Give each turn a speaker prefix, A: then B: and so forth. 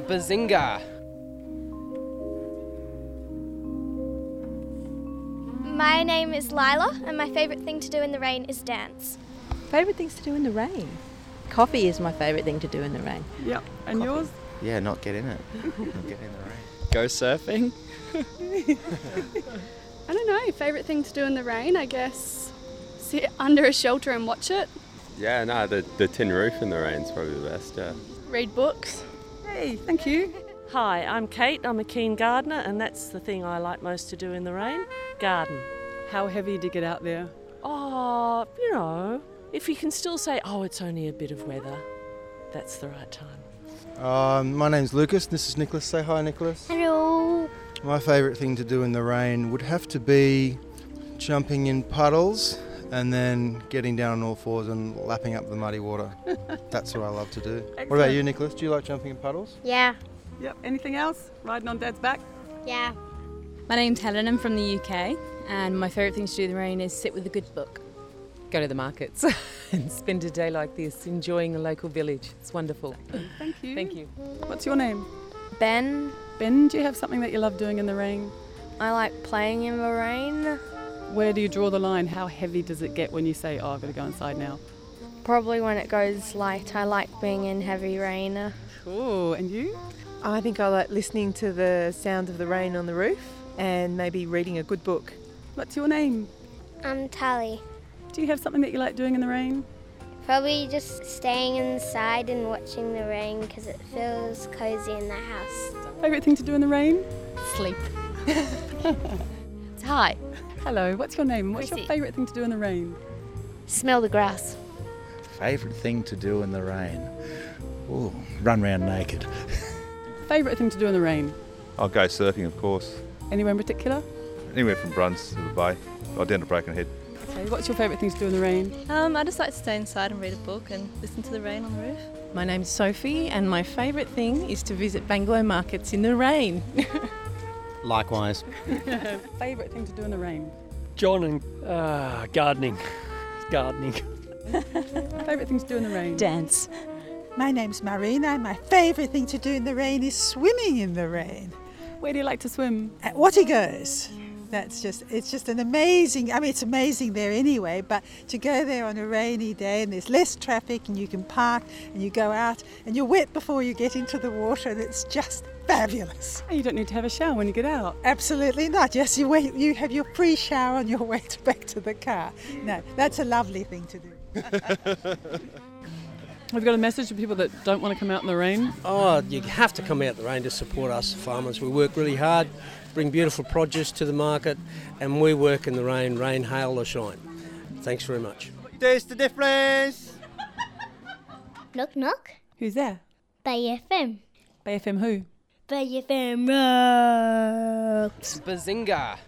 A: Bazinga.
B: My name is Lila, and my favourite thing to do in the rain is dance.
C: Favourite things to do in the rain? Coffee is my favourite thing to do in the rain.
D: Yep. And yours?
E: Yeah, not get in it. not get in the rain.
F: Go surfing.
D: I don't know. Favorite thing to do in the rain, I guess. Sit under a shelter and watch it.
G: Yeah, no, the, the tin roof in the rain's probably the best, yeah.
D: Read books. Hey, thank you.
H: Hi, I'm Kate. I'm a keen gardener, and that's the thing I like most to do in the rain garden.
I: How heavy to get out there?
H: Oh, you know, if you can still say, oh, it's only a bit of weather, that's the right time.
J: Um, my name's Lucas. This is Nicholas. Say hi, Nicholas.
B: Hello.
J: My favourite thing to do in the rain would have to be jumping in puddles and then getting down on all fours and lapping up the muddy water. That's what I love to do. What about
D: Excellent.
J: you, Nicholas? Do you like jumping in puddles?
B: Yeah.
D: Yep. Anything else? Riding on Dad's back.
B: Yeah.
K: My name's Helen, I'm from the UK, and my favourite thing to do in the rain is sit with a good book.
L: Go to the markets and spend a day like this enjoying a local village. It's wonderful.
D: Thank you.
L: Thank you.
D: What's your name?
M: Ben,
D: Ben, do you have something that you love doing in the rain?
M: I like playing in the rain.
D: Where do you draw the line? How heavy does it get when you say, oh, I've got to go inside now?
M: Probably when it goes light, I like being in heavy rain.
D: Cool. And you?
N: I think I like listening to the sound of the rain on the roof and maybe reading a good book.
D: What's your name?
B: I'm Tally.
D: Do you have something that you like doing in the rain?
B: Probably just staying inside and watching the rain because it feels cozy in the house.
D: Favourite thing to do in the rain?
K: Sleep.
M: Hi.
D: Hello, what's your name? What's your
M: Chrissy.
D: favourite thing to do in the rain?
M: Smell the grass.
E: Favourite thing to do in the rain? Ooh, run round naked.
D: Favourite thing to do in the rain?
O: I'll go surfing, of course.
D: Anywhere in particular?
O: Anywhere from Bruns to the bay, or down to Broken Head.
D: Okay, what's your favourite thing to do in the rain?
P: Um, I just like to stay inside and read a book and listen to the rain on the roof.
Q: My name's Sophie, and my favourite thing is to visit Bangalow markets in the rain.
R: Likewise.
D: favourite thing to do in the rain?
S: John and uh, gardening. Gardening.
D: favourite thing to do in the rain?
T: Dance. My name's Marina, and my favourite thing to do in the rain is swimming in the rain.
D: Where do you like to swim?
T: At Watergoes. That's just, it's just an amazing, I mean, it's amazing there anyway, but to go there on a rainy day and there's less traffic and you can park and you go out and you're wet before you get into the water and it's just fabulous.
D: Oh, You don't need to have a shower when you get out.
T: Absolutely not. Yes, you, wait, you have your pre shower on your way to- back to the car. No, that's a lovely thing to do.
D: We've got a message for people that don't want to come out in the rain.
R: Oh, you have to come out the rain to support us farmers. We work really hard, bring beautiful produce to the market, and we work in the rain, rain, hail, or shine. Thanks very much.
I: There's the difference.
E: Knock knock.
D: Who's there?
E: Bay FM.
D: BFM who?
E: Bay FM rocks.
A: Bazinga.